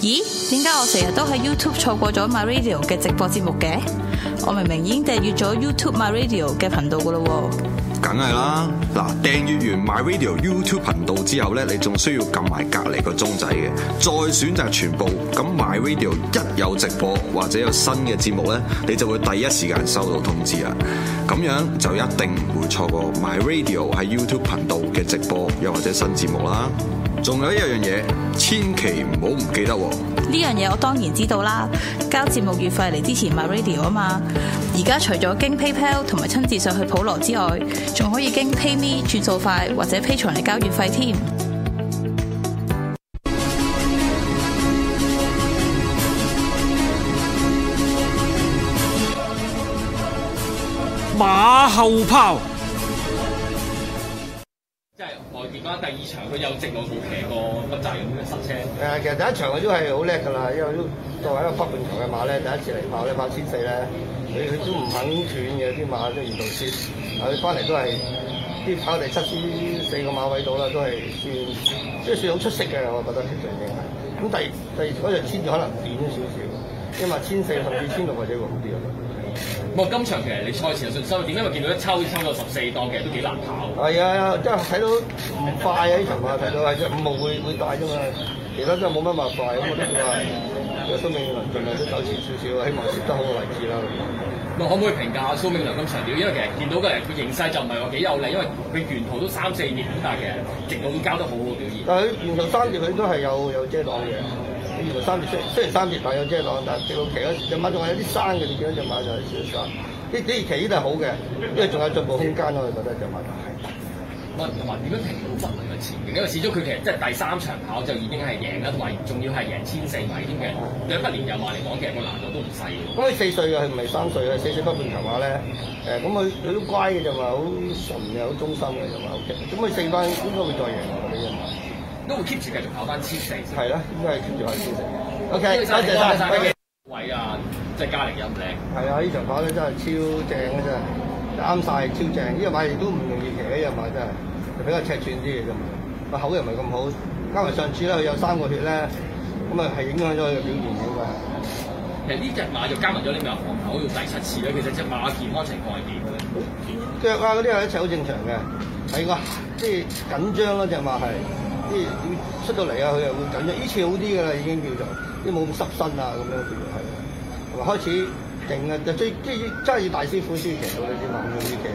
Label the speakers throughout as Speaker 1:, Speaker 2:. Speaker 1: 咦？點解我成日都喺 YouTube 錯過咗 My Radio 嘅直播節目嘅？我明明已經訂閱咗 YouTube My Radio 嘅頻道噶咯
Speaker 2: 梗係啦，嗱訂閱完 My Radio YouTube 頻道之後咧，你仲需要撳埋隔離個鐘仔嘅，再選擇全部。咁 My Radio 一有直播或者有新嘅節目咧，你就會第一時間收到通知啦。咁樣就一定唔會錯過 My Radio 喺 YouTube 頻道嘅直播，又或者新節目啦。仲有一樣嘢，千祈唔好唔記得喎。
Speaker 1: 喎。呢樣嘢我當然知道啦，交節目月費嚟支持 My Radio 啊嘛。而家除咗經 PayPal 同埋親自上去普羅之外，仲可以經 PayMe 轉數快或者 Pay 財嚟交月費添。
Speaker 3: 马后炮。
Speaker 4: 即係外邊嗰間第二場，佢有直路冇騎過北仔咁樣塞車。
Speaker 5: 誒，其實第一場佢都係好叻㗎啦，因為都作為一個北半球嘅馬咧，第一次嚟跑咧跑千四咧，佢佢都唔肯斷嘅啲馬都沿途輸，佢翻嚟都係啲跑第七千四個馬位到啦，都係算即係算好出色嘅，我覺得其實已經係。咁第第二嗰場千二可能短咗少少，因為千四甚至千六或者會好啲啊。
Speaker 4: 冇今場其實你賽前有信心，點解咪見到一抽抽到十四檔，其實都幾難跑。
Speaker 5: 係啊，即係睇到唔快啊！呢場馬睇到係五號會會大啫嘛，其他真係冇乜馬快，咁我覺得佢話有生命能盡量都走前少少，希望攝得好嘅位置啦。
Speaker 4: 咪啊可唔可以評價下蘇銘良今場表？因為其實見到嘅人佢形勢就唔係話幾有利，因為佢沿途都三四秒，但係其實直路都交得好好表現。
Speaker 5: 但係佢沿途三節佢都係有有遮擋嘅，沿途三節雖雖然三節但係有遮擋，但係直路騎嗰時隻馬仲係有啲生嘅，你見到隻馬就係少少生。呢呢期呢都係好嘅，因為仲有進步空間咯，我覺得隻馬就係。
Speaker 4: 咪啊同埋點樣評估北倫嘅前景？因為始終佢其實即係第三場跑就已經係贏啦，同埋仲要係贏千四米添嘅。對北連油馬嚟講，其實個難度都唔細嘅。
Speaker 5: 咁佢四歲嘅，佢唔係三歲嘅，四歲不半球馬咧。誒，咁佢佢都乖嘅就嘛，好純嘅，好忠心嘅就嘛，OK。咁佢四班應該會再贏我覺得因為
Speaker 4: 都會 keep 住繼續跑翻千四先。
Speaker 5: 係啦，應該係 keep 住喺先成。
Speaker 4: 多
Speaker 5: OK，
Speaker 4: 謝
Speaker 5: 多謝
Speaker 4: 曬，
Speaker 5: 晒，多謝。
Speaker 4: 位啊，即係嘉玲又唔靚。
Speaker 5: 係啊，呢場馬咧真係超正嘅真係，啱晒超正。呢隻馬亦都唔容易騎嘅，呢隻馬真係比較尺寸啲嘅啫嘛。個口又唔係咁好，加埋上次咧佢有三個血咧，咁啊係影響咗佢嘅表現嘅應該係。
Speaker 4: 其實呢只馬就加埋咗呢個入行口要第七次咧，其實只馬健康情況係點嘅咧？
Speaker 5: 腳啊嗰啲係一切好正常嘅，係個即係緊張咯，只馬係，即係要出到嚟啊，佢又會緊張。呢次好啲㗎啦，已經叫做，即係冇咁濕身啊，咁樣叫做係，同埋開始勁啊，就追即係真係要大師傅先騎到你啲馬，唔容易騎。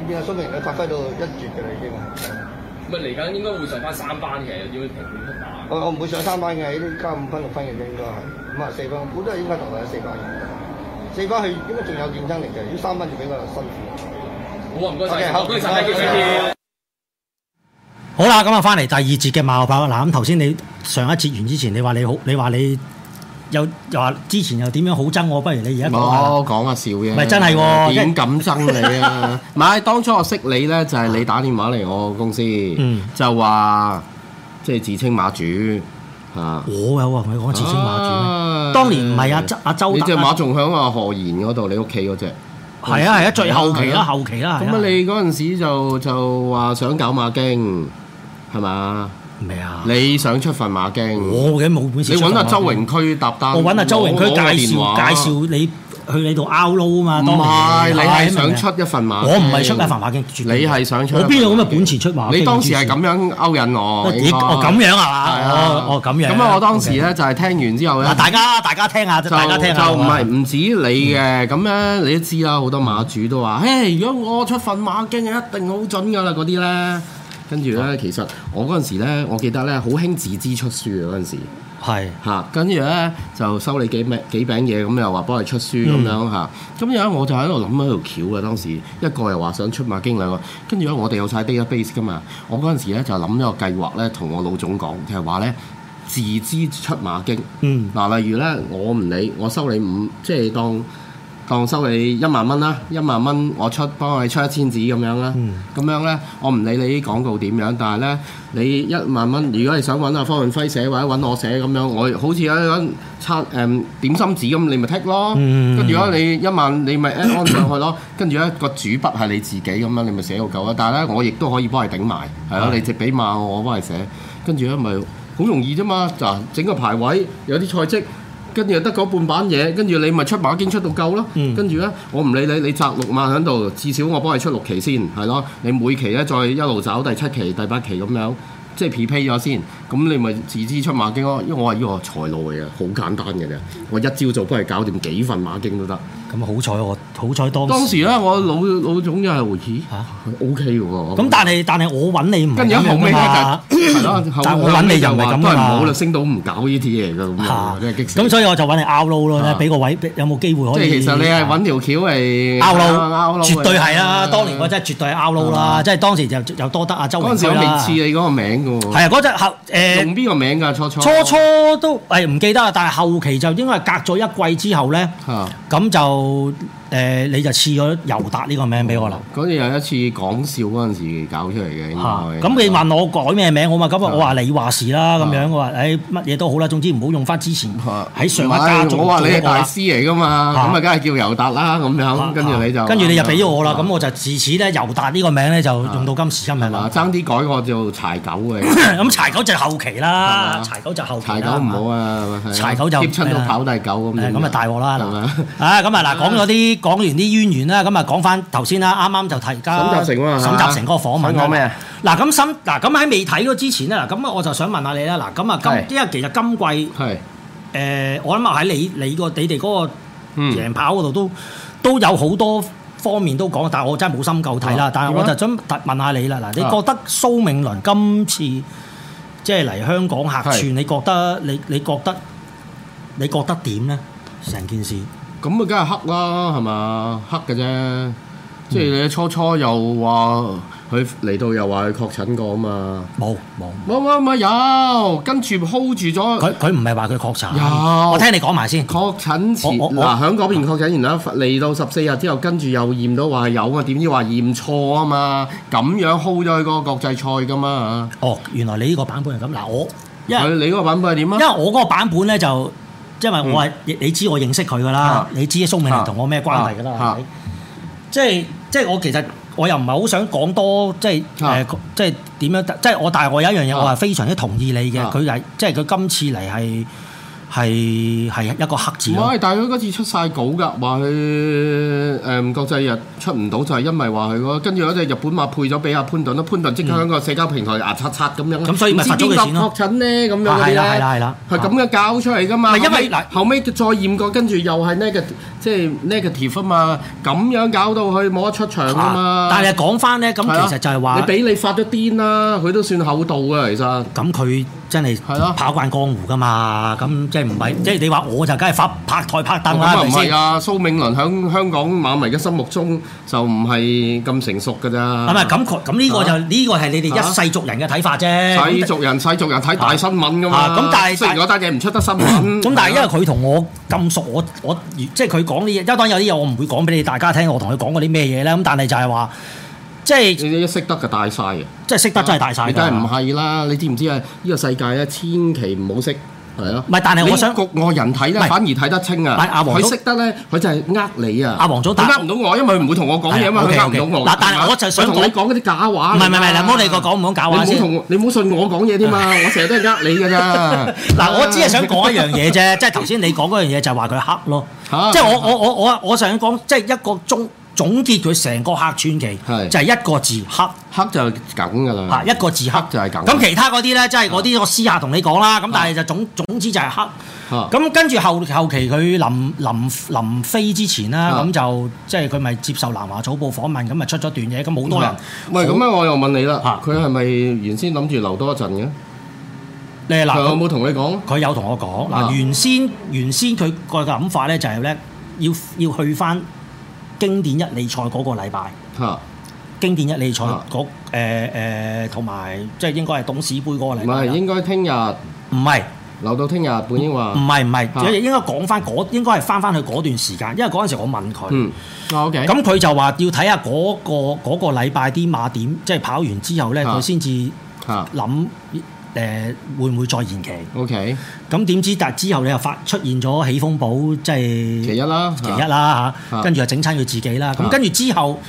Speaker 5: 你見阿蘇明佢發揮到一絕㗎啦，已經係。
Speaker 4: 咪啊嚟緊應該會上翻三班嘅，要評判出馬。
Speaker 5: 我我唔會上三班嘅，呢啲加五分六分嘅啫，應該係五啊四分，我都係應該同佢有四班嘅。四班佢應該仲有競爭力嘅，如果三班就比較辛苦。
Speaker 4: 好啊，唔該晒，
Speaker 5: 好
Speaker 4: 唔該晒，謝謝。
Speaker 3: 好啦，咁啊，翻嚟第二節嘅馬後炮啦。嗱，咁頭先你上一節完之前，你話你好，你話你又又話之前又點樣好憎我，不如你而家講下啦。
Speaker 6: 冇哦講下笑啫，
Speaker 3: 咪真係喎
Speaker 6: 點敢憎你啊？唔係當初我識你咧，就係你打電話嚟我公司
Speaker 3: 嗯，
Speaker 6: 就話即係自稱馬主啊。
Speaker 3: 我有啊，同你講自稱馬主咩？
Speaker 6: 啊
Speaker 3: 當年唔係阿周阿周達
Speaker 6: 你只
Speaker 3: 啊
Speaker 6: 馬仲響啊何賢嗰度，你屋企嗰只。
Speaker 3: 係啊係啊，最後期
Speaker 6: 係
Speaker 3: 啦，
Speaker 6: 啊
Speaker 3: 後期啦。
Speaker 6: 咁啊，你嗰陣時就就話想搞馬經係嘛？
Speaker 3: 你咩啊？
Speaker 6: 你想出份馬經？
Speaker 3: 我嘅冇本事。
Speaker 6: 你揾阿周榮區搭單，
Speaker 3: 我揾阿周榮區
Speaker 6: 攞我
Speaker 3: 介
Speaker 6: 個電
Speaker 3: 紹
Speaker 6: 話
Speaker 3: 介紹你去你度 out 撈啊嘛。
Speaker 6: 唔
Speaker 3: 當
Speaker 6: 係，
Speaker 3: 年
Speaker 6: 你
Speaker 3: 明唔
Speaker 6: 係
Speaker 3: 明
Speaker 6: 想出一份馬
Speaker 3: 啊
Speaker 6: 經，
Speaker 3: 我唔係出一份馬經絕對
Speaker 6: 你係想出一
Speaker 3: 我
Speaker 6: 份馬
Speaker 3: 邊
Speaker 6: 經，
Speaker 3: 有咁嘅本事出馬經啊
Speaker 6: 你當時係咁樣勾引我，
Speaker 3: 咦
Speaker 6: 應該
Speaker 3: 哦咁樣係嘛
Speaker 6: 係啊
Speaker 3: 哦哦咁樣
Speaker 6: 咁啊，我當時
Speaker 3: OK
Speaker 6: 咧就係聽完之後咧
Speaker 3: 嗱，。大家大家聽下，
Speaker 6: 就
Speaker 3: 大家聽下。
Speaker 6: 就唔係唔止你
Speaker 3: 嗯
Speaker 6: 嘅，咁咧你都知啦，好多馬主都話：，誒，如果我出份馬經，一定好準噶啦，嗰啲咧。跟住
Speaker 3: 啊
Speaker 6: 咧，其實我嗰陣時咧，我記得咧，好興自資出書嘅嗰陣時。
Speaker 3: 係
Speaker 6: 嚇，跟住咧就收你幾餅幾餅嘢，咁又話幫你出書咁
Speaker 3: 嗯
Speaker 6: 樣嚇。咁樣我就喺度諗一條橋嘅當時，一個又話想出馬經兩個，跟住咧我哋有晒 database 噶嘛。我嗰陣時咧就諗咗個計劃咧，同我老總講，就係話咧自資出馬經。
Speaker 3: 嗯
Speaker 6: 嗱，例如咧，我唔理，我收你五，即係當。當收你一萬蚊啦，一萬蚊我出幫你出一千紙咁樣啦，
Speaker 3: 嗯
Speaker 6: 咁、樣咧我唔理你啲廣告點樣，但係咧你一萬蚊，如果你想揾阿方潤輝寫或者揾我寫咁樣，我好似有一張餐誒點心紙咁，你咪剔咯，
Speaker 3: 嗯
Speaker 6: 跟住咧你一萬你咪 add on 上去咯，跟住咧個主筆係你自己咁樣，你
Speaker 3: 嗯
Speaker 6: 咪寫到夠啦。但係咧我亦都可以幫你頂埋，係咯，你直俾碼我，我幫你寫，跟住咧咪好容易啫嘛。嗱，整個排位有啲賽績。跟住又得嗰半版嘢，跟住你咪出馬經出到夠咯。
Speaker 3: 嗯
Speaker 6: 跟住咧，我唔理你，你擲六萬喺度，至少我幫你出六期先，係咯。你每期咧再一路找第七期、第八期咁樣，即係 p p 咗先。咁你咪自資出馬經咯。因為我係呢個財路嚟嘅，好簡單嘅啫。我一朝早幫你搞掂幾份馬經都得。
Speaker 3: 咁好彩我好彩當
Speaker 6: 當時咧，我老老總又係回咦
Speaker 3: 嚇
Speaker 6: O K 嘅喎。
Speaker 3: 咁但係但係我揾你唔係
Speaker 6: 跟住
Speaker 3: 咁
Speaker 6: 後
Speaker 3: 樣
Speaker 6: 尾啊
Speaker 3: 㗎嘛。
Speaker 6: 咧就係咯，
Speaker 3: 但係我揾你就唔係咁㗎
Speaker 6: 都係唔
Speaker 3: 嘛
Speaker 6: 好啦，升到唔搞呢啲嘢㗎咁
Speaker 3: 嚇
Speaker 6: 樣，真係激死。
Speaker 3: 咁所以我就揾你 out low 咯，
Speaker 6: 啊
Speaker 3: 俾個位俾有冇機會
Speaker 6: 即
Speaker 3: 可
Speaker 6: 係
Speaker 3: 以？
Speaker 6: 其實你係揾條橋係
Speaker 3: out
Speaker 6: 拗啊嗯
Speaker 3: low，啊
Speaker 6: 路
Speaker 3: 絕對係啦。
Speaker 6: 嘅
Speaker 3: 當年我真係絕對係 out low 啦，即係當時就又多得阿周
Speaker 6: 嗰
Speaker 3: 榮
Speaker 6: 啊陣時
Speaker 3: 輝
Speaker 6: 我未
Speaker 3: 啦。
Speaker 6: 似你嗰個名㗎喎，
Speaker 3: 係啊，嗰陣後誒
Speaker 6: 用邊個名㗎？初初
Speaker 3: 初初都誒唔記得啦，但係後期就應該係隔咗一季之後咧，
Speaker 6: 嚇
Speaker 3: 咁就誒你就賜咗尤達呢個名俾我啦。
Speaker 6: 嗰陣有一次講笑嗰陣時搞出嚟嘅，應
Speaker 3: 嚇
Speaker 6: 該
Speaker 3: 咁你問我改咩名好嘛？咁
Speaker 6: 啊
Speaker 3: 我話你話事啦，咁
Speaker 6: 啊
Speaker 3: 樣我話誒乜嘢都好啦，總之唔好用翻之前
Speaker 6: 嚇
Speaker 3: 喺上一家
Speaker 6: 唔係
Speaker 3: 族
Speaker 6: 我話你係大
Speaker 3: 做啊
Speaker 6: 師嚟㗎嘛，
Speaker 3: 嚇
Speaker 6: 咁啊梗係叫尤達啦咁
Speaker 3: 過啦
Speaker 6: 樣，跟住你就
Speaker 3: 啊跟住你就俾咗我啦，
Speaker 6: 啊
Speaker 3: 咁我就自此咧尤達呢個名咧就用到今時今日
Speaker 6: 嗱
Speaker 3: 啦。
Speaker 6: 爭啲改我做柴狗嘅。
Speaker 3: 咁柴狗就後期啦
Speaker 6: 係嘛，
Speaker 3: 柴狗就後期啦
Speaker 6: 柴狗唔好啊，係咪
Speaker 3: 柴狗就
Speaker 6: 貼親到跑大狗咁
Speaker 3: 誒
Speaker 6: 樣，
Speaker 3: 咁啊大鑊啦
Speaker 6: 係 咪啊
Speaker 3: 嗱，啊咁啊嗱講咗啲講完啲淵源啦，咁啊講翻頭先啦，啱啱就提家
Speaker 6: 沈集成啊嘛
Speaker 3: 沈集成嗰個訪問啦
Speaker 6: 想講咩啊
Speaker 3: 嗱咁沈嗱咁喺未睇嗰之前咧，嗱咁啊我就想問下你啦，嗱咁啊
Speaker 6: 係
Speaker 3: 今因為其實今季
Speaker 6: 係，
Speaker 3: 誒我諗啊喺你你個你哋嗰個
Speaker 6: 嗯，
Speaker 3: 贏跑嗰度都都有好多。方面都講，但係我真係冇深究睇啦
Speaker 6: 啊。
Speaker 3: 但係
Speaker 6: 點
Speaker 3: 我
Speaker 6: 啊
Speaker 3: 就想特問下你啦，嗱，你
Speaker 6: 啊
Speaker 3: 覺得蘇銘倫今次即係嚟香港客
Speaker 6: 係
Speaker 3: 串，你覺得你你覺得你覺得點咧？成件事
Speaker 6: 咁啊梗係黑啦，係嘛，黑嘅啫，即係你初初又話佢嚟到又話佢確診過啊嘛，
Speaker 3: 冇冇，
Speaker 6: 冇冇冇有，跟住 hold 住咗
Speaker 3: 佢佢唔係話佢確診，
Speaker 6: 有
Speaker 3: 我聽你講埋先。
Speaker 6: 確診前
Speaker 3: 我我
Speaker 6: 嗱，喺嗰邊確診完啦，嚟到十四日之後，跟住又驗到話有啊，點知話驗錯啊嘛，咁樣 hold 咗佢個國際賽噶嘛，
Speaker 3: 哦，原來你呢個版本係咁。嗱，我因為
Speaker 6: 佢你嗰個版本係點啊嗯
Speaker 3: 因？為我嗰個版本咧就，因為我係你你知我認識佢噶啦
Speaker 6: 啊，
Speaker 3: 你知蘇明倫同我咩關係噶啦
Speaker 6: 啊啊，
Speaker 3: 係咪即係即係我其實我又唔係好想講多，即係
Speaker 6: 啊
Speaker 3: 誒即係點樣？即係我但係我有一樣嘢，
Speaker 6: 啊
Speaker 3: 我係非常之同意你嘅。
Speaker 6: 啊
Speaker 3: 佢係即係佢今次嚟係係係一個黑字
Speaker 6: 唔
Speaker 3: 咯。
Speaker 6: 係，但係佢嗰次出晒稿㗎，話佢誒國際日出唔到就係因為話佢嗰跟住有一隻日本馬配咗俾阿潘頓啦，潘頓即刻喺個社交平台牙刷刷咁樣，
Speaker 3: 嗯咁所以咪
Speaker 6: 唔知
Speaker 3: 罰咗佢
Speaker 6: 邊個
Speaker 3: 錢咯
Speaker 6: 確診咧咁樣
Speaker 3: 啊
Speaker 6: 嗰
Speaker 3: 係
Speaker 6: 啲咧，
Speaker 3: 啦係啦係啦啊
Speaker 6: 係咁嘅搞出嚟㗎嘛。
Speaker 3: 唔係因為
Speaker 6: 後尾
Speaker 3: 嗱
Speaker 6: 後尾再驗過，跟住又係 negative，即係 negative 啊嘛，咁樣搞到佢冇得出場㗎嘛
Speaker 3: 啊。但係講翻咧，咁
Speaker 6: 係啊
Speaker 3: 其實就係話
Speaker 6: 你。俾你發咗癲啦，佢都算厚道㗎，其實
Speaker 3: 咁佢真係
Speaker 6: 係咯
Speaker 3: 跑慣江湖噶嘛，咁即係唔係即係你話我就梗係發拍台拍凳
Speaker 6: 咁
Speaker 3: 啦，
Speaker 6: 啊
Speaker 3: 係
Speaker 6: 唔
Speaker 3: 咪
Speaker 6: 係
Speaker 3: 先？
Speaker 6: 啊，蘇銘倫喺香港馬迷嘅心目中就唔係咁成熟㗎咋。
Speaker 3: 係咪咁佢咁呢個就呢個係你哋一世族人嘅睇法啫。
Speaker 6: 啊世
Speaker 3: 咁
Speaker 6: 俗人世俗人睇大新聞噶嘛，
Speaker 3: 啊咁但係
Speaker 6: 雖然嗰單嘢唔出得新聞，
Speaker 3: 咁但係因為佢同我咁熟，我我即係佢講啲嘢，因為當然有啲嘢我唔會講俾你大家聽，我同佢講過啲咩嘢咧。咁但係就係話，即係
Speaker 6: 你一識得就大晒啊嘅，
Speaker 3: 即係識得真係大晒
Speaker 6: 嗯你
Speaker 3: 㗎。
Speaker 6: 梗係唔係啦？你知唔知啊？呢個世界咧，千祈唔好識。係咯，
Speaker 3: 唔係但係我想
Speaker 6: 你局外人睇咧，
Speaker 3: 唔係
Speaker 6: 反而睇得清啊！
Speaker 3: 唔係阿黃
Speaker 6: 佢
Speaker 3: 總
Speaker 6: 識得咧，佢就係呃你啊！
Speaker 3: 阿黃總
Speaker 6: 佢
Speaker 3: 但
Speaker 6: 呃唔到我，因為佢唔會同我講嘢啊嘛，
Speaker 3: 係
Speaker 6: 佢呃唔
Speaker 3: OK，OK
Speaker 6: 到我。
Speaker 3: 嗱但係
Speaker 6: 係嘛
Speaker 3: 我就想
Speaker 6: 佢同你
Speaker 3: 講
Speaker 6: 講嗰啲假話
Speaker 3: 唔
Speaker 6: 嚟㗎。
Speaker 3: 係唔係唔係，唔好理佢講唔講假
Speaker 6: 你唔
Speaker 3: 話
Speaker 6: 好
Speaker 3: 先。
Speaker 6: 同我你唔好信我講嘢添嘛，我成日都係呃你㗎咋。
Speaker 3: 嗱，我只係想講一樣嘢啫， 即係頭先你講嗰樣嘢就係話佢黑咯，
Speaker 6: 嚇
Speaker 3: 即係我我我我我想講，即係一個總總結佢成個客串期，
Speaker 6: 係
Speaker 3: 就係一個字黑
Speaker 6: 黑就係咁㗎
Speaker 3: 嚇，
Speaker 6: 啦，
Speaker 3: 一個字黑
Speaker 6: 黑就係啊咁
Speaker 3: 咁其他嗰啲咧，即係嗰啲我私下同你講啦，咁但係就總總之就係黑。
Speaker 6: 嚇
Speaker 3: 咁跟住後後期佢臨臨臨飛之前啦，
Speaker 6: 啊
Speaker 3: 咁就即係佢咪接受南華早報訪問，咁啊咪出咗段嘢，咁好多人
Speaker 6: 唔係咁啊！我又問你啦，
Speaker 3: 嚇
Speaker 6: 佢係咪原先諗住留多一陣嘅？
Speaker 3: 咧嗱
Speaker 6: 佢。有冇同你講？
Speaker 3: 佢有同我講嗱，
Speaker 6: 啊
Speaker 3: 原先原先佢個諗法咧就係咧，要要去翻經典一理賽嗰個禮拜，
Speaker 6: 嚇，
Speaker 3: 經典一理賽
Speaker 6: 啊
Speaker 3: 嗰誒誒同埋即係應該係董事杯嗰個
Speaker 6: 唔
Speaker 3: 禮拜
Speaker 6: 係
Speaker 3: 啦。
Speaker 6: 應該聽日
Speaker 3: 唔係
Speaker 6: 留到聽日，本應
Speaker 3: 唔
Speaker 6: 話
Speaker 3: 係唔係，
Speaker 6: 啊
Speaker 3: 應該講翻嗰應該係翻翻去嗰段時間，因為嗰陣時我問佢，
Speaker 6: 嗯啊 OK
Speaker 3: 咁佢就話要睇下嗰個嗰個禮拜啲馬點，即係跑完之後咧，
Speaker 6: 啊
Speaker 3: 佢先至
Speaker 6: 嚇
Speaker 3: 諗誒會唔會再延期。
Speaker 6: OK
Speaker 3: 咁點知但係之後你又發出現咗起風寶，即係
Speaker 6: 其一啦，
Speaker 3: 其一啦嚇，
Speaker 6: 啊
Speaker 3: 跟住又整親佢自己啦。咁
Speaker 6: 啊
Speaker 3: 跟住之後，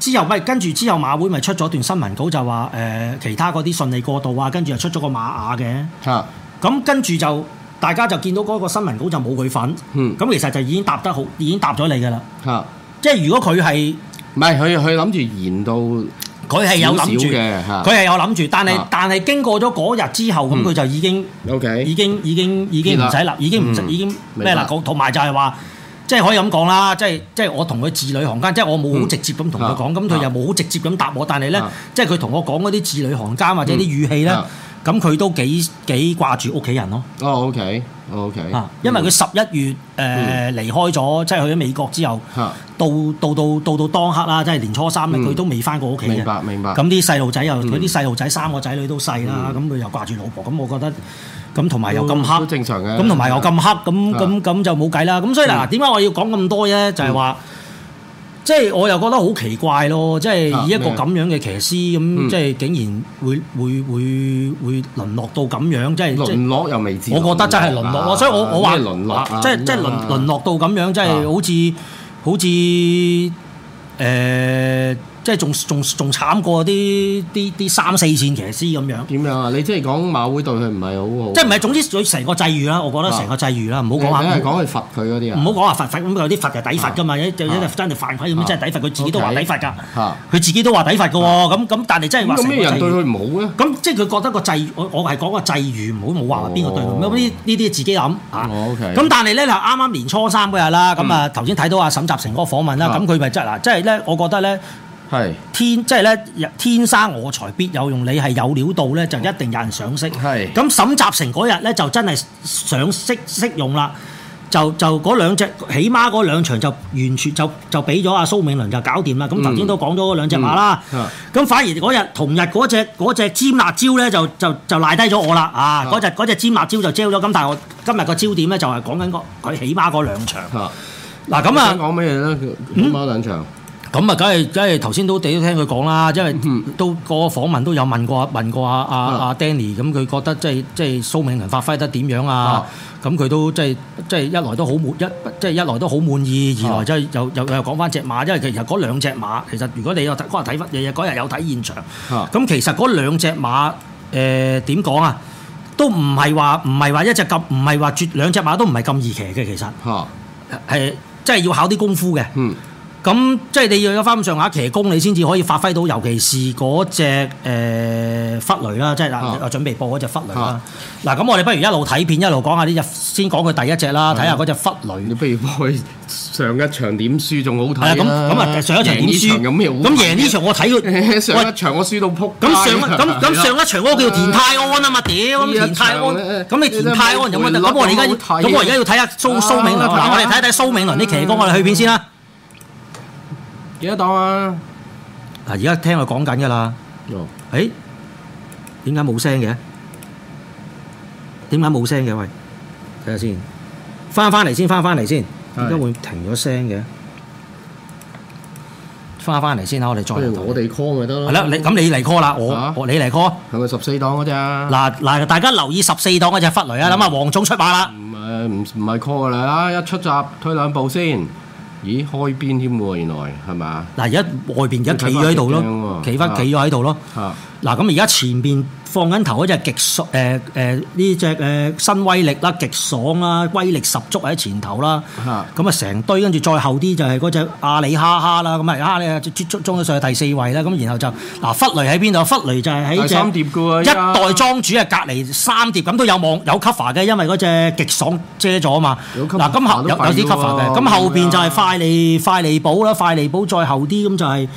Speaker 3: 之後咪跟住之後馬會咪出咗段新聞稿就話誒、呃其他嗰啲順利過渡啊，跟住又出咗個馬雅嘅，
Speaker 6: 嚇，
Speaker 3: 咁跟住就大家就見到嗰個新聞稿就冇佢份，咁、
Speaker 6: 嗯
Speaker 3: 其實就已經答得好，已經答咗你㗎啦。
Speaker 6: 嚇，
Speaker 3: 即係如果佢係
Speaker 6: 唔係佢佢諗住延到
Speaker 3: 佢係有諗住
Speaker 6: 少少嘅嚇
Speaker 3: 佢係有諗住，但係
Speaker 6: 啊
Speaker 3: 但係經過咗嗰日之後，咁
Speaker 6: 嗯
Speaker 3: 佢就已經。已
Speaker 6: OK，
Speaker 3: 經已經已經唔使啦，已經唔使
Speaker 6: 嗯
Speaker 3: 已經咩啦？
Speaker 6: 明
Speaker 3: 同埋就係話，即係可以咁講啦，即係即係我同佢字裏行間，即係我冇好
Speaker 6: 嗯
Speaker 3: 直接咁同佢講，
Speaker 6: 啊
Speaker 3: 咁佢又冇好直接咁答我，但係咧
Speaker 6: 啊，
Speaker 3: 即係佢同我講嗰啲字裏行間或者啲語氣咧
Speaker 6: 啊，
Speaker 3: 咁佢都幾幾掛住屋企人咯。
Speaker 6: 哦嗯 OK，OK，
Speaker 3: 啊，因為佢十一月誒離開咗，即係去咗美國之後，
Speaker 6: 嗯嚇
Speaker 3: 到到到到到當刻啦，即係年初三咧，
Speaker 6: 嗯
Speaker 3: 佢都未翻過屋企嘅。
Speaker 6: 明白明白嗯
Speaker 3: 咁啲細路仔又佢啲細路仔三個仔女都細啦，咁佢又掛住老婆，咁我覺得咁同埋又咁
Speaker 6: 都
Speaker 3: 黑，
Speaker 6: 正常嘅
Speaker 3: 咁同埋又咁黑，咁
Speaker 6: 啊嗯
Speaker 3: 咁咁就冇計啦。咁所以嗱，點解我要講咁多咧？就係話。即係我又覺得好奇怪咯，即係以一個
Speaker 6: 啊咩
Speaker 3: 咁
Speaker 6: 啊
Speaker 3: 樣嘅騎師咁，
Speaker 6: 嗯
Speaker 3: 即係竟然會會會會淪落到咁樣，即係即係
Speaker 6: 淪落又未知，
Speaker 3: 我覺得真係淪落
Speaker 6: 啊
Speaker 3: 啊！所以我我話
Speaker 6: 咩淪落啊
Speaker 3: 即係即係
Speaker 6: 咁
Speaker 3: 淪
Speaker 6: 啊
Speaker 3: 淪落到咁樣，即係
Speaker 6: 啊
Speaker 3: 好似好似誒、呃即係仲仲仲慘過啲啲啲三四線騎師咁樣。
Speaker 6: 點樣啊？你即係講馬會對佢唔係好好，
Speaker 3: 即係唔係？總之佢成個際遇啦，我覺得成個際遇啦，唔好講
Speaker 6: 你
Speaker 3: 話
Speaker 6: 啊係講佢罰佢嗰啲啊？
Speaker 3: 唔好講話罰罰咁，有啲罰就抵罰噶嘛，有啲有啲真係犯規咁，
Speaker 6: 啊
Speaker 3: 真係抵罰。佢自己都話
Speaker 6: OK
Speaker 3: 抵罰㗎，
Speaker 6: 嚇
Speaker 3: 佢自己都話抵罰㗎喎。咁咁，但係真係話
Speaker 6: 咁有
Speaker 3: 成個
Speaker 6: 咩人對
Speaker 3: 際遇。
Speaker 6: 佢唔好咧？
Speaker 3: 咁即係佢覺得個際遇，我我係講個際遇，唔好冇話話邊個對佢。
Speaker 6: 哦
Speaker 3: 咁呢呢啲自己諗啊。
Speaker 6: 哦，OK 嗯
Speaker 3: 咁但係咧，嗱啱啱年初三嗰日啦，咁啊頭先睇到阿沈集成嗰個訪問啦，
Speaker 6: 啊
Speaker 3: 咁佢咪即係嗱，即係咧，我覺得咧
Speaker 6: 係
Speaker 3: 天即係咧天生我材必有用，你係有料到咧就一定有人賞識。
Speaker 6: 係
Speaker 3: 咁沈集成嗰日咧就真係賞識識用啦。就就嗰兩隻，起碼嗰兩場就完全就就俾咗阿蘇銘倫就搞掂啦。咁頭先都講咗嗰兩隻馬啦。
Speaker 6: 嗯啊
Speaker 3: 咁反而嗰日同日嗰只嗰只尖辣椒咧就就就賴低咗我啦啊！嗰只嗰隻尖辣椒就焦咗，咁但係我今日個焦點咧就係講緊個佢起碼嗰兩場
Speaker 6: 嚇。
Speaker 3: 嗱咁
Speaker 6: 你想
Speaker 3: 啊嗯
Speaker 6: 講咩咧？咁貓兩場
Speaker 3: 咁啊，梗係梗係頭先都地都聽佢講啦，因為都個訪問都有問過問過阿阿
Speaker 6: 嗯啊
Speaker 3: 阿 Danny，咁佢覺得即係即係蘇銘倫發揮得點樣啊
Speaker 6: 啊？
Speaker 3: 咁佢都即係即係一來都好滿一即係一來都好滿意，
Speaker 6: 啊
Speaker 3: 二來即係又又又講翻只馬，因為其實嗰兩隻馬其實如果你有睇嗰日睇翻日日嗰日有睇現場，
Speaker 6: 啊
Speaker 3: 咁其實嗰兩隻馬誒點講啊？都唔係話唔係話一隻咁唔係話絕兩隻馬都唔係咁易騎嘅，其實
Speaker 6: 嚇，
Speaker 3: 係即係要考啲功夫嘅。
Speaker 6: 嗯
Speaker 3: 咁即係你要有翻咁上下騎功，你先至可以發揮到，尤其是嗰只誒忽雷啦，即係嗱
Speaker 6: 啊，
Speaker 3: 我準備播嗰只忽雷啦
Speaker 6: 啊。
Speaker 3: 嗱，咁我哋不如一路睇片一路講下呢只，先講佢第一隻啦，
Speaker 6: 啊
Speaker 3: 睇下嗰只忽
Speaker 6: 你
Speaker 3: 雷。
Speaker 6: 不如幫佢上一場點輸仲好
Speaker 3: 係啊，
Speaker 6: 睇
Speaker 3: 咁咁啊，上一場點輸？
Speaker 6: 贏呢場有咩好，
Speaker 3: 咁贏呢場我睇佢
Speaker 6: 上
Speaker 3: 喂
Speaker 6: 一場我輸到撲街
Speaker 3: 咁上一咁咁上一場嗰個叫田泰安啊嘛，屌咁
Speaker 6: 啊呢一
Speaker 3: 田
Speaker 6: 場
Speaker 3: 泰安，
Speaker 6: 咧
Speaker 3: 咁你田泰安有冇得？
Speaker 6: 你真係
Speaker 3: 咁我哋而家
Speaker 6: 冇睇啊
Speaker 3: 咁我而家要睇下蘇蘇銘倫，
Speaker 6: 啊嗯
Speaker 3: 嗱我哋睇一睇蘇銘倫啲騎功，我哋去片先啦。
Speaker 6: 幾多檔啊？
Speaker 3: 嗱，而家聽佢講緊㗎啦。
Speaker 6: 哦
Speaker 3: 誒，點解冇聲嘅？點解冇聲嘅？喂，睇下先，翻翻嚟先，翻翻嚟先，點
Speaker 6: 係
Speaker 3: 解會停咗聲嘅？翻翻嚟先啦，我哋再
Speaker 6: 不如
Speaker 3: 嚟
Speaker 6: 我哋 call 咪得咯。
Speaker 3: 係啦，你咁你嚟 call 啦，我
Speaker 6: 啊
Speaker 3: 我你嚟 call。
Speaker 6: 係咪十四檔嗰只啊？
Speaker 3: 嗱嗱，大家留意十四檔嗰只忽雷啊！諗下黃總出馬啦，
Speaker 6: 唔係唔唔係 call 噶啦，一出閘推兩步先。咦，開邊添喎，原來係嘛？
Speaker 3: 嗱而家外邊而家企咗喺度咯，企
Speaker 6: 你睇翻
Speaker 3: 翻
Speaker 6: 隻鏡喎
Speaker 3: 企咗喺度咯。
Speaker 6: 嚇
Speaker 3: 嗱，咁而家前邊放緊頭嗰只極爽誒誒呢只誒新威力啦，極爽啦，威力十足喺前頭啦。
Speaker 6: 嚇
Speaker 3: 咁啊成堆，跟住再後啲就係嗰只阿里哈哈啦，咁啊哈咧捉咗上去第四位啦，咁然後就嗱忽雷喺邊度？忽雷就係喺
Speaker 6: 第三碟
Speaker 3: 只一
Speaker 6: 㗎喎依家
Speaker 3: 代莊主嘅隔離三碟，咁都有望有 cover 嘅，因為嗰只極爽遮咗啊嘛。
Speaker 6: 有
Speaker 3: 嗱，
Speaker 6: cover
Speaker 3: 咁後
Speaker 6: 都
Speaker 3: 有
Speaker 6: 快
Speaker 3: 有啲
Speaker 6: 咗喎
Speaker 3: cover 嘅，咁後邊就係快利快利寶啦，快利寶再後啲咁就係、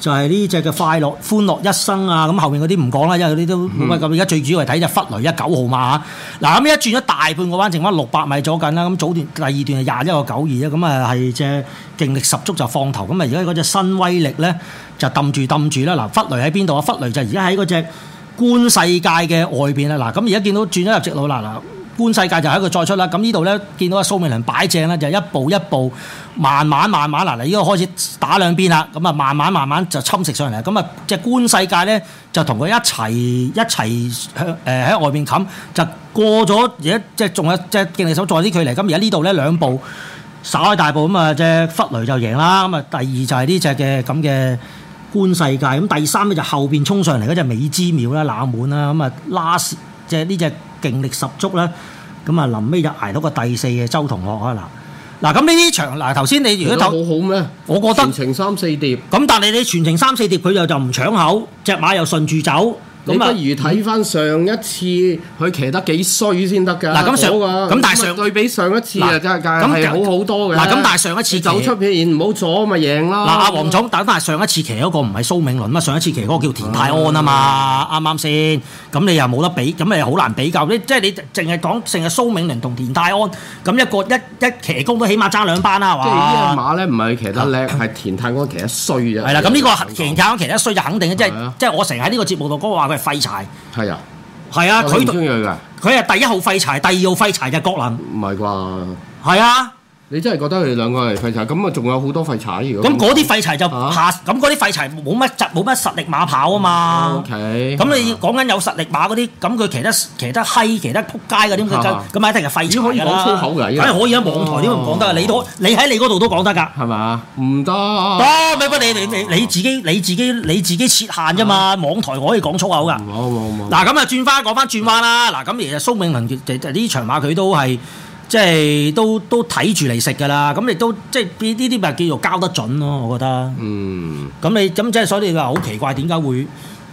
Speaker 3: 就係呢只嘅快樂歡樂一生啊！咁後面嗰啲唔講啦，因為嗰啲都冇
Speaker 6: 嗯
Speaker 3: 乜咁。而家最主要係睇只忽雷一九號馬嚇。嗱咁一轉咗大半個彎，剩翻六百米左緊啦。咁早段第二段係廿一個九二啦。咁啊係只勁力十足就放頭。咁啊而家嗰只新威力咧就揼住揼住啦。嗱忽雷喺邊度啊？忽雷就而家喺嗰只觀世界嘅外邊啦。嗱咁而家見到轉咗入直路啦嗱。觀世界就係一個再出啦。咁呢度咧見到阿蘇美倫擺正啦，就一步一步慢慢慢慢嗱，你呢個開始打兩邊啦，咁啊慢慢慢慢就侵蝕上嚟。咁啊，即係觀世界咧就同佢一齊一齊向誒喺外邊冚，就過咗而家即係仲有即係競力手再啲距離。咁而家呢度咧兩步。稍開大步咁啊，只忽雷就贏啦。咁啊，第二就係呢只嘅咁嘅觀世界。咁第三咧就後邊衝上嚟嗰只美之妙啦、冷門啦，咁啊拉斯即係呢只勁力十足啦。咁啊臨尾就捱到個第四嘅周同樂啊嗱。嗱咁呢啲場嗱頭先你如果
Speaker 6: 如果好
Speaker 3: 頭
Speaker 6: 好咩？
Speaker 3: 我覺得
Speaker 6: 全程三四碟，
Speaker 3: 咁，但係你全程三四碟佢又就唔搶口，只馬又順住走。
Speaker 6: 你
Speaker 3: 咁
Speaker 6: 不
Speaker 3: 啊
Speaker 6: 如睇翻上一次佢騎得幾衰先得㗎。
Speaker 3: 嗱咁上
Speaker 6: 嗰個
Speaker 3: 咁但係上
Speaker 6: 咁啊對比上一次啊，
Speaker 3: 嗱
Speaker 6: 真係
Speaker 3: 咁
Speaker 6: 係好好多嘅。
Speaker 3: 嗱咁但係上一次
Speaker 6: 你走出片唔好阻咪贏咯。
Speaker 3: 嗱，阿黃總，但但係上一次騎嗰個唔係蘇銘倫嘛，上一次騎嗰個叫田泰安啊
Speaker 6: 哦
Speaker 3: 嘛，啱唔啱先？咁你又冇得比，咁你好難比較。你即係你淨係講成日蘇銘倫同田泰安，咁一個一一騎功都起碼爭兩班啊啦，係
Speaker 6: 即係呢
Speaker 3: 嘛
Speaker 6: 只？馬咧，唔係佢騎得叻，係田泰安騎得衰啊啫。
Speaker 3: 啊係啦，咁呢個田泰安騎得衰就肯定嘅，即
Speaker 6: 係
Speaker 3: 係
Speaker 6: 啊
Speaker 3: 即係我成日喺呢個節目度講話佢係廢柴，
Speaker 6: 係啊，
Speaker 3: 係啊，
Speaker 6: 佢
Speaker 3: 佢
Speaker 6: 唔中意佢㗎，
Speaker 3: 佢係第一號廢柴，第二號廢柴就係郭能，
Speaker 6: 唔係啩？
Speaker 3: 係啊。
Speaker 6: 你真係覺得佢哋兩個係廢柴，咁啊仲有好多廢柴如果
Speaker 3: 咁嗰啲廢柴就
Speaker 6: 啊
Speaker 3: 下，咁嗰啲廢柴冇乜實冇乜實力馬跑啊嘛。
Speaker 6: O K，
Speaker 3: 咁你講緊有實力馬嗰啲，咁佢騎得騎得閪、騎得撲街嗰啲，咁佢
Speaker 6: 啊
Speaker 3: 梗咁一定係廢柴
Speaker 6: 咦可以
Speaker 3: 㗎啦
Speaker 6: 講粗口㗎依
Speaker 3: 梗
Speaker 6: 家
Speaker 3: 係可以啊！網台點會唔講得啊？
Speaker 6: 哦
Speaker 3: 你都你喺你嗰度都講得㗎。
Speaker 6: 係嘛？唔得，
Speaker 3: 哦，咪不你你你你自己你自己你自己設限啫
Speaker 6: 啊
Speaker 3: 嘛，網台我可以講粗口㗎。
Speaker 6: 冇冇冇，
Speaker 3: 嗱咁啊，轉翻講翻轉彎啦。嗱咁其實蘇銘倫其實呢場馬佢都係即係都都睇住嚟食㗎啦。咁亦都即係呢啲咪叫做交得準咯，我覺得。
Speaker 6: 嗯，
Speaker 3: 咁你咁即係所以你話好奇怪點解會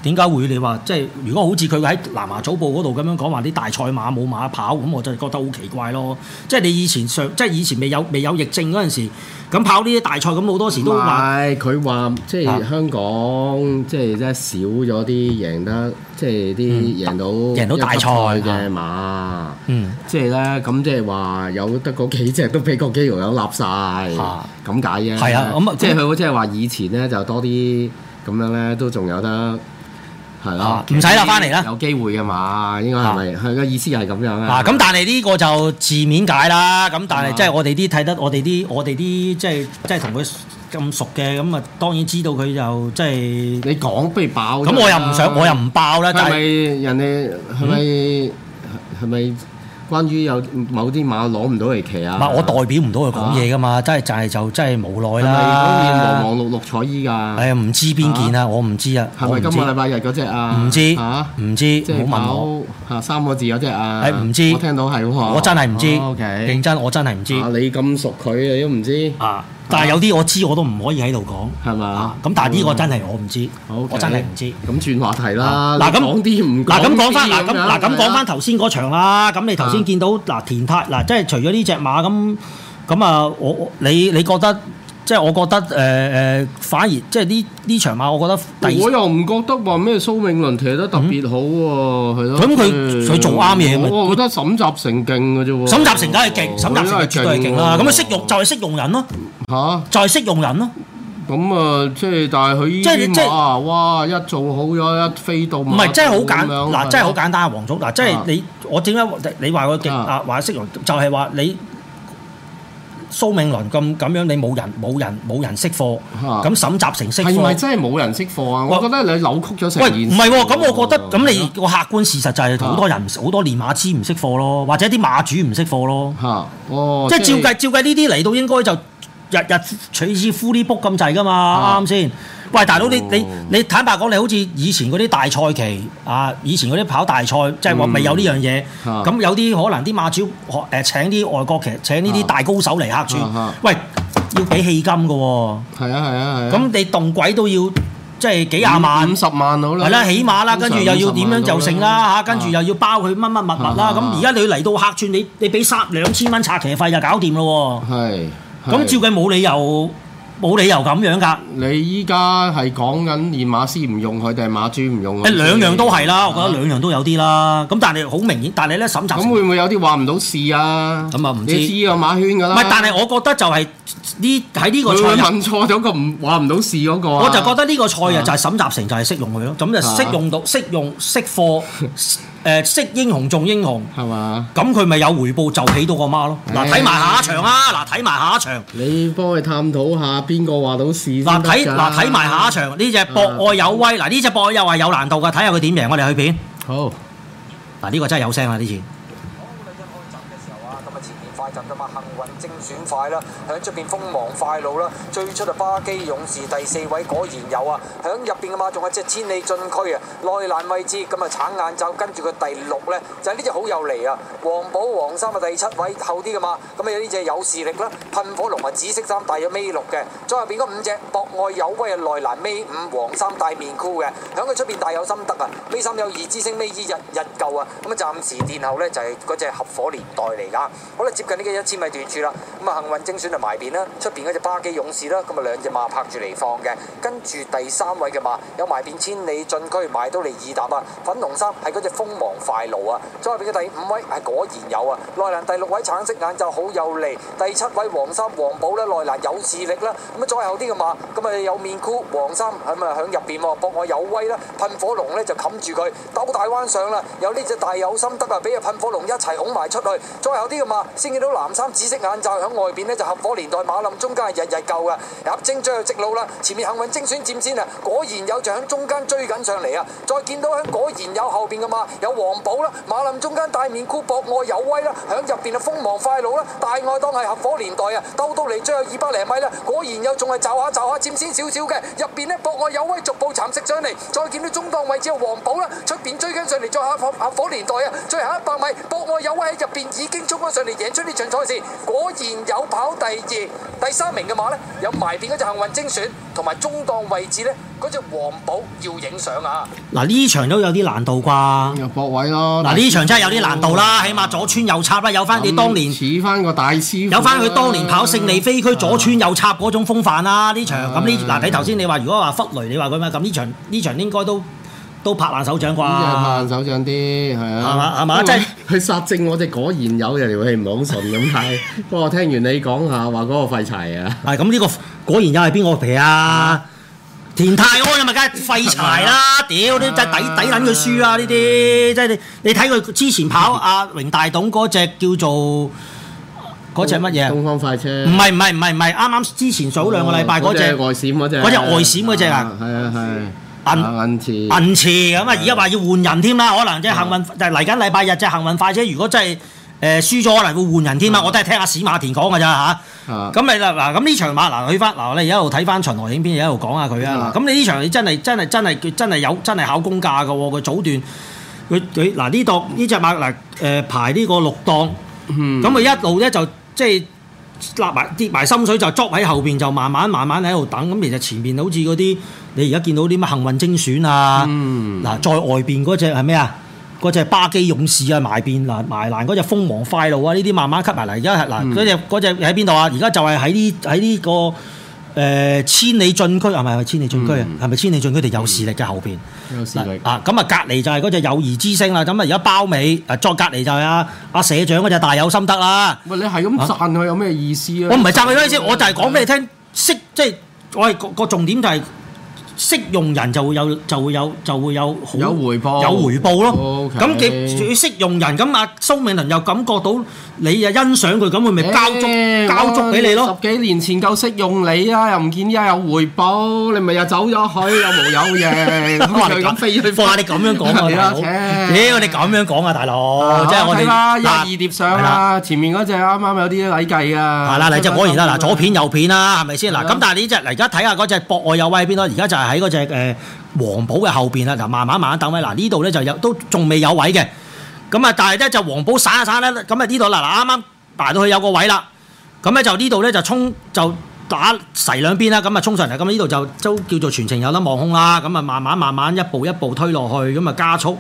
Speaker 3: 點解會你話即係如果好似佢喺南華早報嗰度咁樣講話啲大賽馬冇馬跑，咁我就覺得好奇怪咯。即係你以前上即係以前未有未有疫症嗰陣時，咁跑呢啲大賽咁好多時
Speaker 6: 唔
Speaker 3: 都話
Speaker 6: 係佢話即
Speaker 3: 啊
Speaker 6: 係香港即係真係少咗啲贏得即係啲贏到
Speaker 3: 嗯贏到大賽
Speaker 6: 一級嘅馬，
Speaker 3: 嗯
Speaker 6: 即係咧咁即係話有得嗰幾隻都俾個機會友立晒，
Speaker 3: 啊
Speaker 6: 咁解啫。
Speaker 3: 係啊咁啊
Speaker 6: 即係佢好即係話以前咧就多啲咁樣咧都仲有得。係啦
Speaker 3: 啊，唔使啦返嚟啦啊
Speaker 6: 有機會嘅嘛，應該係咪？佢嘅意思係咁樣
Speaker 3: 嗱
Speaker 6: 啊。
Speaker 3: 咁，但係呢個就字面解啦。咁但係
Speaker 6: 啊
Speaker 3: 即係我哋啲睇得我哋啲我哋啲即係即係同佢咁熟嘅，咁啊當然知道佢就即係
Speaker 6: 你講不如爆咗啦。
Speaker 3: 咁我又唔想我又唔爆啦，
Speaker 6: 係
Speaker 3: 但係
Speaker 6: 咪人哋係咪係咪關於有某啲馬攞唔到嚟騎啊？
Speaker 3: 唔係我代表唔到佢講嘢㗎嘛，真係就係就真係無
Speaker 6: 係
Speaker 3: 奈啦。
Speaker 6: 咪嗰件黃黃綠綠彩衣
Speaker 3: 係
Speaker 6: 㗎？
Speaker 3: 啊，唔知邊件啊，我唔知啊，
Speaker 6: 係
Speaker 3: 我
Speaker 6: 咪
Speaker 3: 唔
Speaker 6: 今
Speaker 3: 知
Speaker 6: 個禮拜日嗰只啊？
Speaker 3: 唔
Speaker 6: 嚇
Speaker 3: 知，唔知，
Speaker 6: 即係
Speaker 3: 唔好問我，
Speaker 6: 跑嚇三個字嗰只啊？
Speaker 3: 係唔知
Speaker 6: 我聽到係喎。
Speaker 3: 我真係唔知，
Speaker 6: 哦 OK，
Speaker 3: 認真我真係唔
Speaker 6: 啊
Speaker 3: 知
Speaker 6: 你咁熟佢，你都唔知
Speaker 3: 啊！但係有啲我知我都唔可以喺度講
Speaker 6: 係
Speaker 3: 啊
Speaker 6: 嘛？！嗯
Speaker 3: 咁但係呢個真係我唔知，
Speaker 6: OK
Speaker 3: 我真係唔知。
Speaker 6: 咁轉話題啦。
Speaker 3: 嗱咁
Speaker 6: 你啊講啲唔
Speaker 3: 嗱咁
Speaker 6: 講
Speaker 3: 講翻
Speaker 6: 啲
Speaker 3: 嗱咁
Speaker 6: 樣
Speaker 3: 嗱咁
Speaker 6: 係
Speaker 3: 講
Speaker 6: 啊
Speaker 3: 翻頭先嗰場啦，咁你頭先見到嗱田泰嗱，即係除咗呢只馬咁咁啊，我我你你覺得即係我覺得誒誒、呃反而即係呢呢場馬，我覺得第
Speaker 6: 我又唔覺得話咩蘇銘倫踢得特別好喎，係咯。
Speaker 3: 咁佢佢做啱嘢咪
Speaker 6: 我我覺得沈集成勁嘅啫喎。
Speaker 3: 沈集成梗係勁，沈集成絕對係勁啦。咁啊，識用就係識用人咯，
Speaker 6: 嚇，
Speaker 3: 就係識用人咯。
Speaker 6: 咁啊，即係但係佢呢
Speaker 3: 即係
Speaker 6: 啲
Speaker 3: 即係
Speaker 6: 馬啊，哇！一做好咗，一飛到
Speaker 3: 唔
Speaker 6: 唔
Speaker 3: 係真係好簡嗱，真係好簡單啊，黃總嗱，即係
Speaker 6: 啊
Speaker 3: 你我點解你話佢勁
Speaker 6: 啊
Speaker 3: 啊？話識用就係話你蘇銘倫咁咁樣，你冇人冇人冇人識貨，
Speaker 6: 啊
Speaker 3: 咁沈集成識
Speaker 6: 係咪
Speaker 3: 貨。
Speaker 6: 真係冇人識貨啊？
Speaker 3: 喂
Speaker 6: 我覺得你扭曲咗成
Speaker 3: 喂，
Speaker 6: 件
Speaker 3: 唔
Speaker 6: 事
Speaker 3: 係喎，咁我覺得咁你
Speaker 6: 係
Speaker 3: 個客觀事實就係好多人好多練馬師唔識貨咯，或者啲馬主唔識貨咯，
Speaker 6: 嚇哦，
Speaker 3: 即係照計照計呢啲嚟到應該就日日取之 fully book 咁滯噶嘛，
Speaker 6: 啊哦
Speaker 3: 啱唔啱先？喂，大佬你你你坦白講，你好似以前嗰啲大賽期啊，以前嗰啲跑大賽，即係話未有呢樣嘢，
Speaker 6: 嗯啊
Speaker 3: 咁有啲可能啲馬主學誒請啲外國騎請呢啲
Speaker 6: 啊
Speaker 3: 大高手嚟客
Speaker 6: 啊
Speaker 3: 串
Speaker 6: 啊，
Speaker 3: 喂，要俾戲金嘅喎，
Speaker 6: 係啊係啊係啊。
Speaker 3: 咁你動鬼都要即係幾廿萬
Speaker 6: 五。十萬好啦，
Speaker 3: 係啦，起碼啦，跟住又要點樣就成啦嚇，跟住
Speaker 6: 啊
Speaker 3: 又要包佢乜乜物物啦。
Speaker 6: 啊
Speaker 3: 咁而家你嚟到客串，你你俾三兩千蚊拆騎費就搞掂咯
Speaker 6: 啊係
Speaker 3: 喎。咁
Speaker 6: 係
Speaker 3: 照計冇理由冇理由咁樣㗎。
Speaker 6: 你依家係講緊練馬師唔用佢定係馬主唔用佢？啊
Speaker 3: 誒兩樣都係啦，我覺得兩樣都有啲啦。咁但係好明顯，但係咧審集
Speaker 6: 咁會唔會有啲話唔到事啊？
Speaker 3: 咁啊唔知
Speaker 6: 你知個馬圈㗎
Speaker 3: 唔
Speaker 6: 啦。
Speaker 3: 係，但係我覺得就係呢喺呢個
Speaker 6: 佢
Speaker 3: 賽
Speaker 6: 會
Speaker 3: 日，
Speaker 6: 問錯咗個唔話唔到事嗰個啊。
Speaker 3: 我就覺得呢個賽日就係審集成就係識用佢咯。咁就識用到識用識 貨誒識英雄重英雄。
Speaker 6: 係嘛？
Speaker 3: 咁佢咪有回報就起到個媽咯。嗱，睇埋下一場啊！嗱，睇埋下一場。
Speaker 6: 你幫佢探討下邊個話到事先得
Speaker 3: 嗱
Speaker 6: 㗎
Speaker 3: 睇嗱睇埋下一場呢只博愛有威嗱呢只博愛又係有難度㗎，睇下佢點贏我哋去片
Speaker 6: 好。
Speaker 3: 嗱呢個真係有聲啦呢次。
Speaker 7: 好，你一開閘嘅時候啊，咁啊前面快排站嘅馬幸運精選快啦，響出邊鋒芒快路啦，最出就巴基勇士第四位果然有啊，響入邊嘅馬仲有隻千里進區啊，內欄位置咁啊橙眼罩跟住佢第六咧就係呢只好有嚟啊，黃寶黃衫啊第七位後啲嘅馬，咁啊有呢只有視力啦，噴火龍啊紫色衫大約尾六嘅，再入邊嗰五隻博愛有威啊內欄尾五黃衫戴面箍嘅，響佢出邊大有心得啊，尾三有二之星尾二日日舊啊，咁啊暫時殿後咧就係嗰只合火年代嚟㗎，好啦接近呢個一千米段處啦，咁啊幸運精選就埋邊啦，出邊嗰只巴基勇士啦，咁啊兩隻馬拍住嚟放嘅，跟住第三位嘅馬有埋邊千里進區埋到嚟二踏啊，粉紅衫係嗰只鋒芒快路啊，再入邊嘅第五位係果然有啊，內欄第六位橙色眼罩好有利，第七位黃衫黃寶咧內欄有視力啦，咁啊再後啲嘅馬咁啊有面箍黃衫咁啊響入邊喎，博我有威啦，噴火龍咧就冚住佢兜大彎上啦，有呢只大有心得啊，俾啊噴火龍一齊拱埋出去，再後啲嘅馬先見到藍衫紫色眼罩響外邊咧就合火年代馬林中間係日日救嘅，入正最後直路啦，前面幸運精選佔先啊，果然有就響中間追緊上嚟啊，再見到響果然有後邊嘅馬有黃寶啦，馬林中間大面箍博愛有威啦，響入邊啊鋒芒快路啦，大愛當係合火年代啊，兜到嚟最後二百零米啦，果然有仲係罩下罩下佔先少少嘅，入邊呢博愛有威逐步蠶食上嚟，再見到中檔位置有黃寶啦，出邊追緊上嚟再下合合火年代啊，最後一百米博愛有威喺入邊已經衝咗上嚟贏出呢場賽事，果然有跑第二、第三名嘅馬呢，有埋邊嗰隻幸運精選同埋中檔位置呢，嗰隻黃寶要影相啊！
Speaker 3: 嗱呢場都有啲難度啩。
Speaker 6: 又博位咯。
Speaker 3: 嗱呢場真係有啲難度啦，起碼左穿右插啦，有翻你當年
Speaker 6: 咁嗯似翻個大師傅啦，
Speaker 3: 有翻佢當年跑勝利飛區左穿右插嗰種風範啦。呢場
Speaker 6: 啊
Speaker 3: 咁呢嗱，你頭先你話如果話忽雷，你話佢咩咁呢場呢場應該都都拍爛手掌啩。
Speaker 6: 呢隻係慢手掌啲，係啊，
Speaker 3: Ờ。係嘛係嘛即係
Speaker 6: 佢殺正我只果然有人條氣唔係好順咁，但係 不過聽完你講下話嗰個廢柴啊，
Speaker 3: 係咁呢個果然又係邊個皮啊？田泰安啊咪梗係廢柴
Speaker 6: 啊
Speaker 3: 啦！屌你真係抵抵撚佢輸啊！呢啲即係你你睇佢之前跑阿榮大董嗰只叫做嗰只乜嘢？啊
Speaker 6: 東方快車，
Speaker 3: 唔係唔係唔係唔係，啱啱之前早兩個禮拜嗰只
Speaker 6: 外閃嗰只，
Speaker 3: 嗰隻外閃嗰隻啊，
Speaker 6: 係啊係
Speaker 3: 銀
Speaker 6: 啊銀啊字
Speaker 3: 銀池咁啊！而家話要換人添啦，可能即係幸運就係嚟緊禮拜日即係幸運快車，如果真係呃誒輸咗，可能會換人添啊！我都係聽阿史馬田講㗎咋嚇。
Speaker 6: 啊
Speaker 3: 咁你嗱嗱咁呢場馬嗱去翻嗱，我哋一路睇翻巡邏影片，一路講下佢啊。
Speaker 6: 啊
Speaker 3: 嗱咁你呢場你真係真係真係佢真係有真係考功架㗎喎，佢早段。佢佢嗱呢檔呢只馬嗱誒、呃排呢個六檔，咁佢、一路咧就即係立埋跌埋心水就捉喺後邊，就慢慢慢慢喺度等。咁其實前面好似嗰啲你而家見到啲乜幸運精選啊，嗱、在外邊嗰只係咩啊？嗰只巴基勇士啊，埋邊嗱埋欄嗰只鋒芒快路啊，呢啲慢慢吸埋嚟。而家係嗱嗰只嗰隻喺邊度啊？而家就係喺呢喺呢個誒、呃千里進區係咪係咪千里進區啊？係咪千里進區定有視力嘅後邊？
Speaker 6: 有視力，
Speaker 3: 啊，咁啊隔離就係嗰隻友誼之星啦，咁啊而家包尾，啊再隔離就係阿阿社長嗰隻大有心得啦。
Speaker 6: 喂你係咁讚佢有咩意思啊？
Speaker 3: 我唔係讚佢嗰意思，我就係講俾你聽，識即係我係個個重點就係、識用人就會有就會有就會有好
Speaker 6: 有回報
Speaker 3: 有回報咯。
Speaker 6: OK
Speaker 3: 咁佢識用人，咁阿蘇美倫又感覺到你啊欣賞佢，咁佢咪交足、
Speaker 6: 誒
Speaker 3: 交足俾你咯。
Speaker 6: 十幾年前夠識用你啊，又唔見依家有回報，你咪又走咗去，有毛有嘢，
Speaker 3: 哇！你
Speaker 6: 咁佢咁飛去
Speaker 3: 哇！你咁樣講啊，
Speaker 6: 係
Speaker 3: 大佬！
Speaker 6: 啊切
Speaker 3: 屌你咁樣講啊，大佬！
Speaker 6: 啊
Speaker 3: 即係我哋
Speaker 6: 睇啦，一
Speaker 3: 嗱
Speaker 6: 二碟相
Speaker 3: 係啦
Speaker 6: 啦，前面嗰只啱啱有啲禮計啊，
Speaker 3: 係啦，嗱，即係果然啦，嗱，左片右片啦，係咪先？嗱，
Speaker 6: 係啊
Speaker 3: 咁但係呢只，嗱，而家睇下嗰只博愛有威喺邊咯，而家就係喺嗰只誒黃寶嘅後邊啦，嗱，慢慢慢慢等位，嗱，呢度咧就有都仲未有位嘅，咁啊，但係咧就黃寶散一散咧，咁啊呢度啦，嗱，啱啱排到去有個位啦，咁咧就呢度咧就衝就。打齊兩邊啦，咁啊衝上嚟，咁呢度就都叫做全程有得望空啦，咁啊慢慢慢慢一步一步推落去，咁啊加速，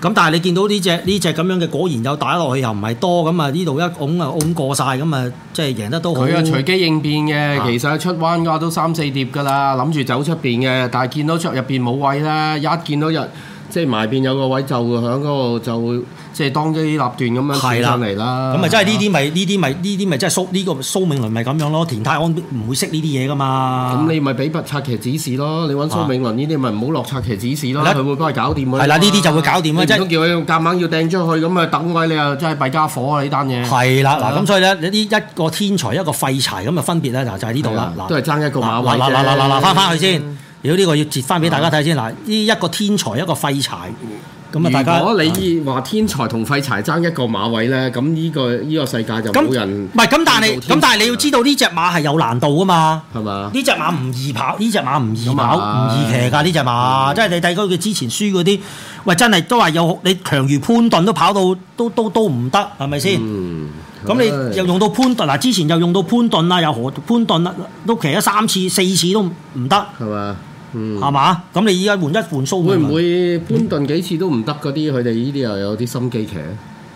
Speaker 3: 咁但係你見到呢只呢只咁樣嘅果然有打落去又唔係多，咁啊呢度一拱啊拱過晒，咁啊即係贏得都好。
Speaker 6: 佢啊隨機應變嘅，
Speaker 3: 啊
Speaker 6: 其實出彎嘅話都三四碟噶啦，諗住走出邊嘅，但係見到出入邊冇位咧，一見到人即係埋邊有個位就響嗰度就會即係當機立斷咁樣跳
Speaker 3: 係啦
Speaker 6: 上嚟啦。
Speaker 3: 咁咪啊真係
Speaker 6: 啊
Speaker 3: 呢啲咪呢啲咪呢啲咪真係蘇呢個蘇銘倫咪咁樣咯，田泰安唔會識呢啲嘢噶嘛
Speaker 6: 咁。你咪俾筆拆騎指示咯，你揾蘇銘倫呢啲咪唔好落拆騎指示咯，
Speaker 3: 係啦
Speaker 6: 佢會幫佢搞掂㗎嘛
Speaker 3: 啊係啦呢啲就會搞掂啦啊
Speaker 6: 你唔
Speaker 3: 即係
Speaker 6: 通叫佢夾硬要掟出去咁啊，等位你又真係弊家伙啊！呢單 嘢
Speaker 3: 係啦，
Speaker 6: 啊
Speaker 3: 嗱咁所以咧，呢啲一個天才一個廢柴咁嘅分別咧，嗱就係呢度啦。
Speaker 6: 係啊
Speaker 3: 嗱
Speaker 6: 都係爭一個馬嗯位
Speaker 3: 嗱嗱嗱嗱嗱嗱，
Speaker 6: 啫
Speaker 3: 翻翻去先。如果呢個要截翻俾大家睇先嗱，呢一個天才一個廢柴，咁啊大家
Speaker 6: 啊如果你話天才同廢柴爭一個馬位咧，咁呢、個呢、個世界就
Speaker 3: 咁
Speaker 6: 冇人
Speaker 3: 唔係咁，但係
Speaker 6: 做
Speaker 3: 咁
Speaker 6: 天才
Speaker 3: 但係你要知道呢只馬係有難度噶嘛。
Speaker 6: 係嘛？
Speaker 3: 呢只馬唔易跑，呢只馬唔易
Speaker 6: 咁
Speaker 3: 跑，唔
Speaker 6: 啊嗯
Speaker 3: 易騎㗎呢只馬，即係你睇佢之前輸嗰啲，喂真係都話有你強如潘頓都跑到都都都唔得，係咪先？
Speaker 6: 嗯，
Speaker 3: 咁你又用到潘頓嗱，之前又用到潘頓啦，又何潘頓啦，都騎咗三次、四次都唔得，
Speaker 6: 係嘛？嗯，
Speaker 3: 係嘛？咁你依家換一換蘇
Speaker 6: 會
Speaker 3: 會
Speaker 6: 唔會搬頓幾次都唔得嗰啲？佢哋呢啲又有啲心機騎。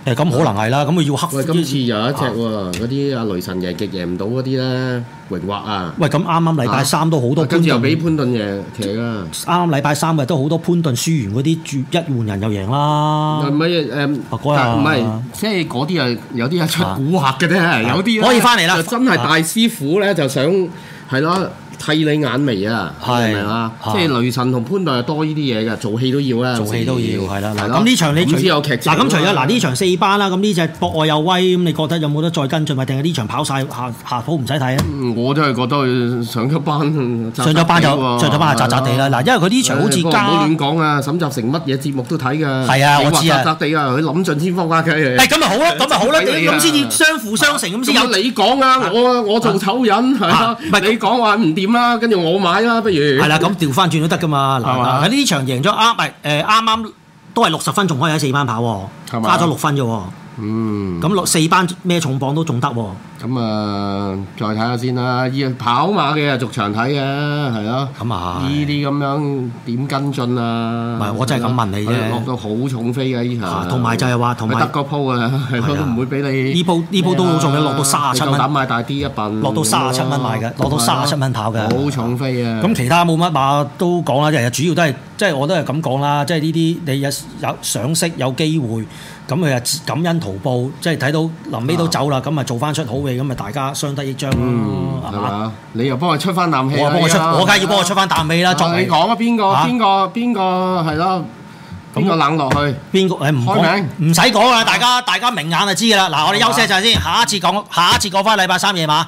Speaker 3: 誒咁可能係啦，咁佢要克服
Speaker 6: 喂，今次有一隻
Speaker 3: 啊
Speaker 6: 喎，嗰啲阿雷神贏極贏唔到嗰啲咧，榮華啊，
Speaker 3: 喂，咁啱啱禮拜三都好多
Speaker 6: 跟
Speaker 3: 潘
Speaker 6: 住又俾
Speaker 3: 頓，
Speaker 6: 潘頓贏騎啊㗎。
Speaker 3: 啱啱禮拜三嘅都好多潘頓輸完嗰啲，住一換人又贏啦。
Speaker 6: 唔係誒，
Speaker 3: 啊嗰日
Speaker 6: 但唔係即係嗰啲啊，有啲係出蠱惑嘅啫，有啲
Speaker 3: 啊
Speaker 6: 呢
Speaker 3: 可以返嚟啦啊
Speaker 6: 就真係大師傅咧就想係咯剃你眼眉啊，
Speaker 3: 係
Speaker 6: 係明啊？
Speaker 3: 啊
Speaker 6: 即係雷神同潘頓係多呢啲嘢嘅，做戲都要啦，
Speaker 3: 做戲都要
Speaker 6: 有時
Speaker 3: 係啦。嗱，
Speaker 6: 咯
Speaker 3: 咁呢場你除
Speaker 6: 咁先有劇情
Speaker 3: 嗱，咁除咗
Speaker 6: 啊嘛
Speaker 3: 嗱呢場四班啦，咁呢只博愛有威，咁你覺得有冇得再跟進，或定係呢場跑晒下下鋪唔使睇啊？
Speaker 6: 嗯我真係覺得佢上咗班，
Speaker 3: 上咗班就上咗班就渣渣地啦。嗱，因為佢呢場好似
Speaker 6: 誒不過唔好
Speaker 3: 加
Speaker 6: 亂。講啊！沈集成乜嘢節目都睇㗎，
Speaker 3: 係啊
Speaker 6: 你
Speaker 3: 我
Speaker 6: 話
Speaker 3: 知啊
Speaker 6: 扎扎地啊，佢諗盡千方百計嚟。
Speaker 3: 誒咁咪好啦，咁咪好啦，
Speaker 6: 睇你啊
Speaker 3: 咁先至相輔相成，咁先
Speaker 6: 先有
Speaker 3: 有
Speaker 6: 你講啊！我我做醜人係
Speaker 3: 啊
Speaker 6: 啊，
Speaker 3: 唔係咁
Speaker 6: 你講話唔掂啦，跟住我買啦，不如
Speaker 3: 係
Speaker 6: 係
Speaker 3: 啦，咁調翻轉都得噶嘛。嗱
Speaker 6: 係嘛
Speaker 3: 嗱，喺呢場贏咗啱，咪誒啱啱都係六十分，仲可以喺四班跑
Speaker 6: 係
Speaker 3: 喎，
Speaker 6: 嘛
Speaker 3: 加咗六分啫喎。
Speaker 6: 嗯，
Speaker 3: 咁六四班咩重磅都仲得喎。
Speaker 6: 咁啊，再睇下先啦。依跑馬嘅啊，逐場睇嘅係咯。
Speaker 3: 咁啊係
Speaker 6: 呢啲咁樣點跟進啊？
Speaker 3: 唔係我真係咁問你啫
Speaker 6: 佢落到好重飛嘅呢
Speaker 3: 啊
Speaker 6: 場，
Speaker 3: 同埋就係話同埋
Speaker 6: 佢得個鋪啊，係
Speaker 3: 係啊
Speaker 6: 咯，都唔會俾你啊
Speaker 3: 呢鋪呢鋪都好重嘅落到37蚊
Speaker 6: 你夠膽買大啲一笨，
Speaker 3: 落到37蚊買嘅落到37蚊跑嘅
Speaker 6: 好重飛啊！
Speaker 3: 咁其他冇乜馬都講啦，日日主要都係即係我都係咁講啦，即係呢啲你有有賞識有機會，咁佢又感恩圖報，即係睇到臨尾
Speaker 6: 啊
Speaker 3: 都走啦，咁啊咪做翻出好嘅，咁咪大家相得益彰
Speaker 6: 嗯
Speaker 3: 咯，係
Speaker 6: 係
Speaker 3: 嘛？
Speaker 6: 嘛？你又幫佢出翻啖氣
Speaker 3: 我
Speaker 6: 啊，
Speaker 3: 話幫我出，
Speaker 6: 依家
Speaker 3: 我梗係要幫我出翻啖氣啦，作
Speaker 6: 啊
Speaker 3: 為
Speaker 6: 你講啊，邊個
Speaker 3: 啊
Speaker 6: 邊個邊個係咯？邊個冷落去？
Speaker 3: 邊個誒唔
Speaker 6: 開
Speaker 3: 講唔使講啦，大家大家明眼就知㗎啦。嗱，我哋休息一陣先，下一次講下一次講翻禮拜三夜晚。